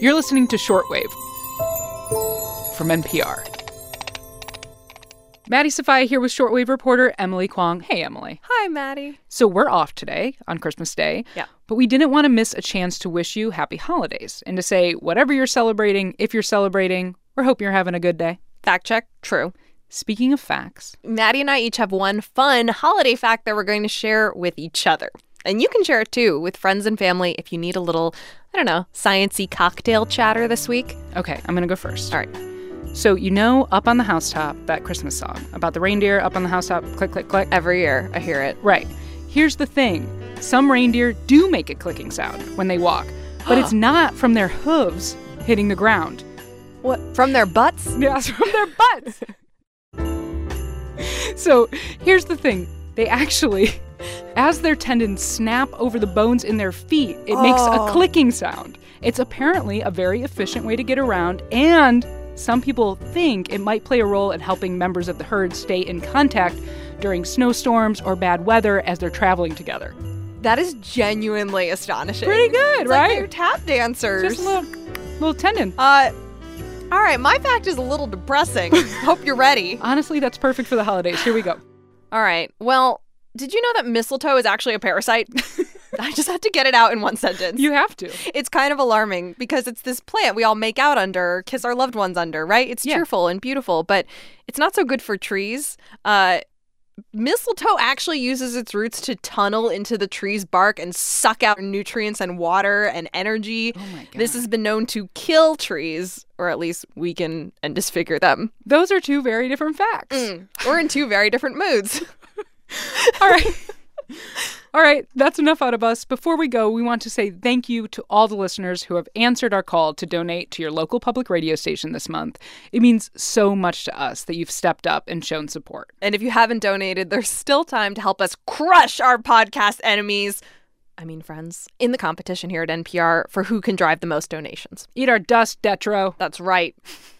You're listening to Shortwave from NPR. Maddie Safai here with Shortwave reporter Emily Kwong. Hey, Emily. Hi, Maddie. So we're off today on Christmas Day. Yeah. But we didn't want to miss a chance to wish you happy holidays and to say whatever you're celebrating, if you're celebrating, we hope you're having a good day. Fact check, true. Speaking of facts, Maddie and I each have one fun holiday fact that we're going to share with each other. And you can share it too with friends and family if you need a little, I don't know, sciency cocktail chatter this week. okay, I'm going to go first. All right. So, you know, Up on the Housetop, that Christmas song about the reindeer up on the housetop, click, click, click. Every year I hear it. Right. Here's the thing some reindeer do make a clicking sound when they walk, but it's not from their hooves hitting the ground. What? From their butts? Yeah, it's from their butts. so here's the thing they actually, as their tendons snap over the bones in their feet, it makes a clicking sound. It's apparently a very efficient way to get around, and some people think it might play a role in helping members of the herd stay in contact during snowstorms or bad weather as they're traveling together. That is genuinely astonishing. Pretty good, It's right? Like they're tap dancers. Just a little, little tendon. uh, all right, my fact is a little depressing. Hope you're ready. Honestly, that's perfect for the holidays. Here we go. All right. Well, did you know that mistletoe is actually a parasite? I just had to get it out in one sentence. You have to. it's kind of alarming because it's this plant we all make out under, kiss our loved ones under, right? It's Yeah. cheerful and beautiful, but it's not so good for trees. Uh, mistletoe actually uses its roots to tunnel into the tree's bark and suck out nutrients and water and energy. Oh my God. This has been known to kill trees, or at least weaken and disfigure them. Those are two very different facts. We're in two very different moods. All right. All right, that's enough out of us. Before we go, we want to say thank you to all the listeners who have answered our call to donate to your local public radio station this month. It means so much to us that you've stepped up and shown support. And if you haven't donated, there's still time to help us crush our podcast enemies. I mean, friends, in the competition here at NPR for who can drive the most donations. Eat our dust, Detro. That's right.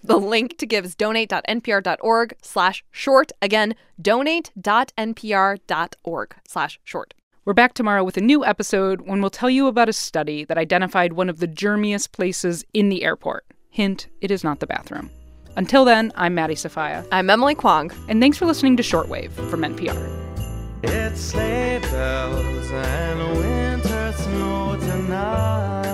The link to give is donate.npr.org slash short. Again, donate.npr.org slash short. We're back tomorrow with a new episode when we'll tell you about a study that identified one of the germiest places in the airport. Hint, it is not the bathroom. Until then, I'm Maddie Safaya, I'm Emily Kwong. and thanks for listening to Shortwave from NPR. It's sleigh bells and winter snow tonight.